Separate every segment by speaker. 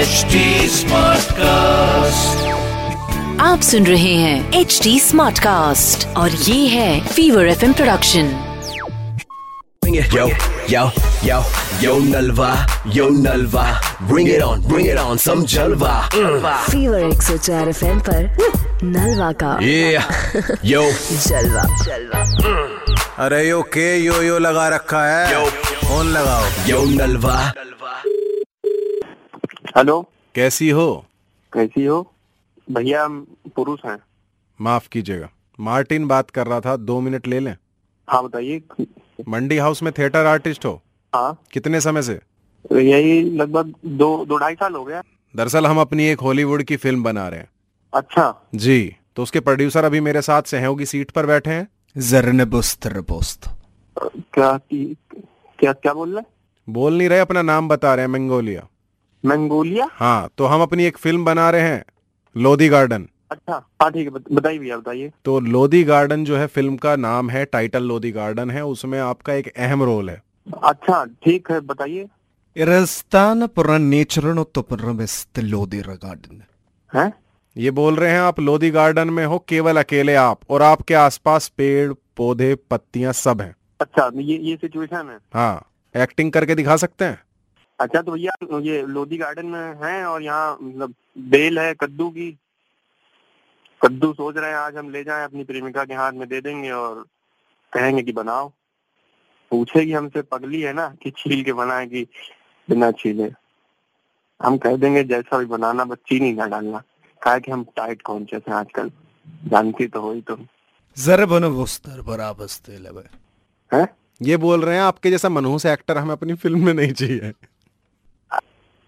Speaker 1: HD Smartcast.
Speaker 2: आप सुन रहे हैं एच डी स्मार्ट कास्ट और ये है fever F production
Speaker 3: Bring it. Yo, yo, yo, yo Nalva, yo Nalva. Bring it on, bring it on, some Jalva. Mm.
Speaker 2: Fever एक सौ चार एफ एम नलवा का
Speaker 3: Yeah, yo,
Speaker 2: जलवा जलवा
Speaker 4: अरे यो के यो यो लगा रखा है
Speaker 3: Yo.
Speaker 4: फोन लगाओ
Speaker 3: yo Nalva.
Speaker 5: हेलो
Speaker 4: कैसी हो
Speaker 5: कैसी हो भैया हम पुरुष हैं
Speaker 4: माफ कीजिएगा मार्टिन बात कर रहा था दो मिनट ले लें
Speaker 5: हाँ बताइए
Speaker 4: मंडी हाउस में थिएटर आर्टिस्ट हो
Speaker 5: हाँ
Speaker 4: कितने समय से
Speaker 5: यही लगभग दो दो ढाई साल हो गया
Speaker 4: दरअसल हम अपनी एक हॉलीवुड की फिल्म बना रहे हैं
Speaker 5: अच्छा
Speaker 4: जी तो उसके प्रोड्यूसर अभी मेरे साथ सहयोग की सीट पर बैठे हैं
Speaker 5: क्या क्या क्या बोल रहे हैं
Speaker 4: बोल नहीं रहे अपना नाम बता रहे हैं मंगोलिया
Speaker 5: मंगोलिया
Speaker 4: हाँ तो हम अपनी एक फिल्म बना रहे हैं लोधी गार्डन
Speaker 5: अच्छा हाँ ठीक है बत- बताइए भैया बताइए
Speaker 4: तो लोधी गार्डन जो है फिल्म का नाम है टाइटल लोधी गार्डन है उसमें आपका एक अहम रोल है
Speaker 5: अच्छा ठीक है बताइए
Speaker 6: Irastan puranechran uttoparamist lodi garden.
Speaker 5: हैं
Speaker 4: ये बोल रहे हैं आप लोधी गार्डन में हो केवल अकेले आप और आपके आसपास पेड़ पौधे पत्तियां सब हैं
Speaker 5: अच्छा ये ये सिचुएशन है
Speaker 4: हाँ एक्टिंग करके दिखा सकते हैं
Speaker 5: अच्छा तो भैया ये लोधी गार्डन में हैं और यहाँ मतलब बेल है कद्दू की कद्दू सोच रहे हैं आज हम ले जाएं अपनी प्रेमिका के हाथ में दे देंगे और कहेंगे कि बनाओ पूछेगी हमसे पगली है ना कि छील के बनाए कि बिना छीले हम कह देंगे जैसा भी बनाना बस चीनी ना डालना कहा कि हम टाइट कॉन्शियस हैं आजकल जानती तो हो ही तुम
Speaker 6: Zarabanavuster barabasti lebe.
Speaker 5: है
Speaker 4: ये बोल रहे हैं आपके जैसा मनहूस एक्टर हमें अपनी फिल्म में नहीं चाहिए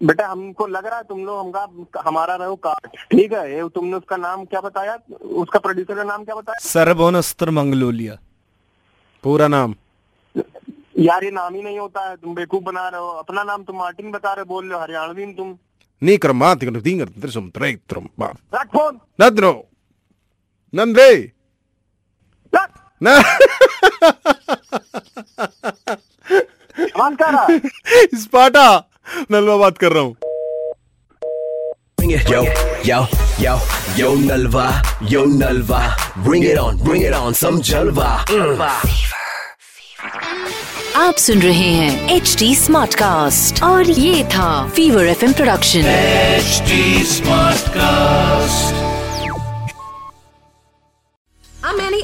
Speaker 5: बेटा हमको लग रहा है तुम लोग हमका हमारा रहो काट ठीक है ये तुमने उसका नाम क्या बताया उसका प्रोड्यूसर का नाम क्या बताया
Speaker 6: Sarabonaster manglolia.
Speaker 4: पूरा नाम
Speaker 5: यार ये नाम ही नहीं होता है तुम बेवकूफ बना रहे हो अपना नाम तुम मार्टिन बता रहे हो, बोल रहे हो हरियाणवी में तुम
Speaker 4: नीक्रम त्रिशम त्रैत्रम बा-
Speaker 5: रख फोन
Speaker 4: नद्रो नंद्रे
Speaker 5: रख
Speaker 4: न
Speaker 5: कमाल कर रहा है।
Speaker 4: स्पाटा नलवा बात कर रहा हूँ
Speaker 3: Bring it. Yo, yo, yo, yo Nalva, yo Nalva. Bring it on, bring it on, some Jalva. Mm.
Speaker 2: आप सुन रहे हैं एच डी स्मार्ट कास्ट और ये था fever F production
Speaker 1: HD Smartcast.
Speaker 7: I'm Annie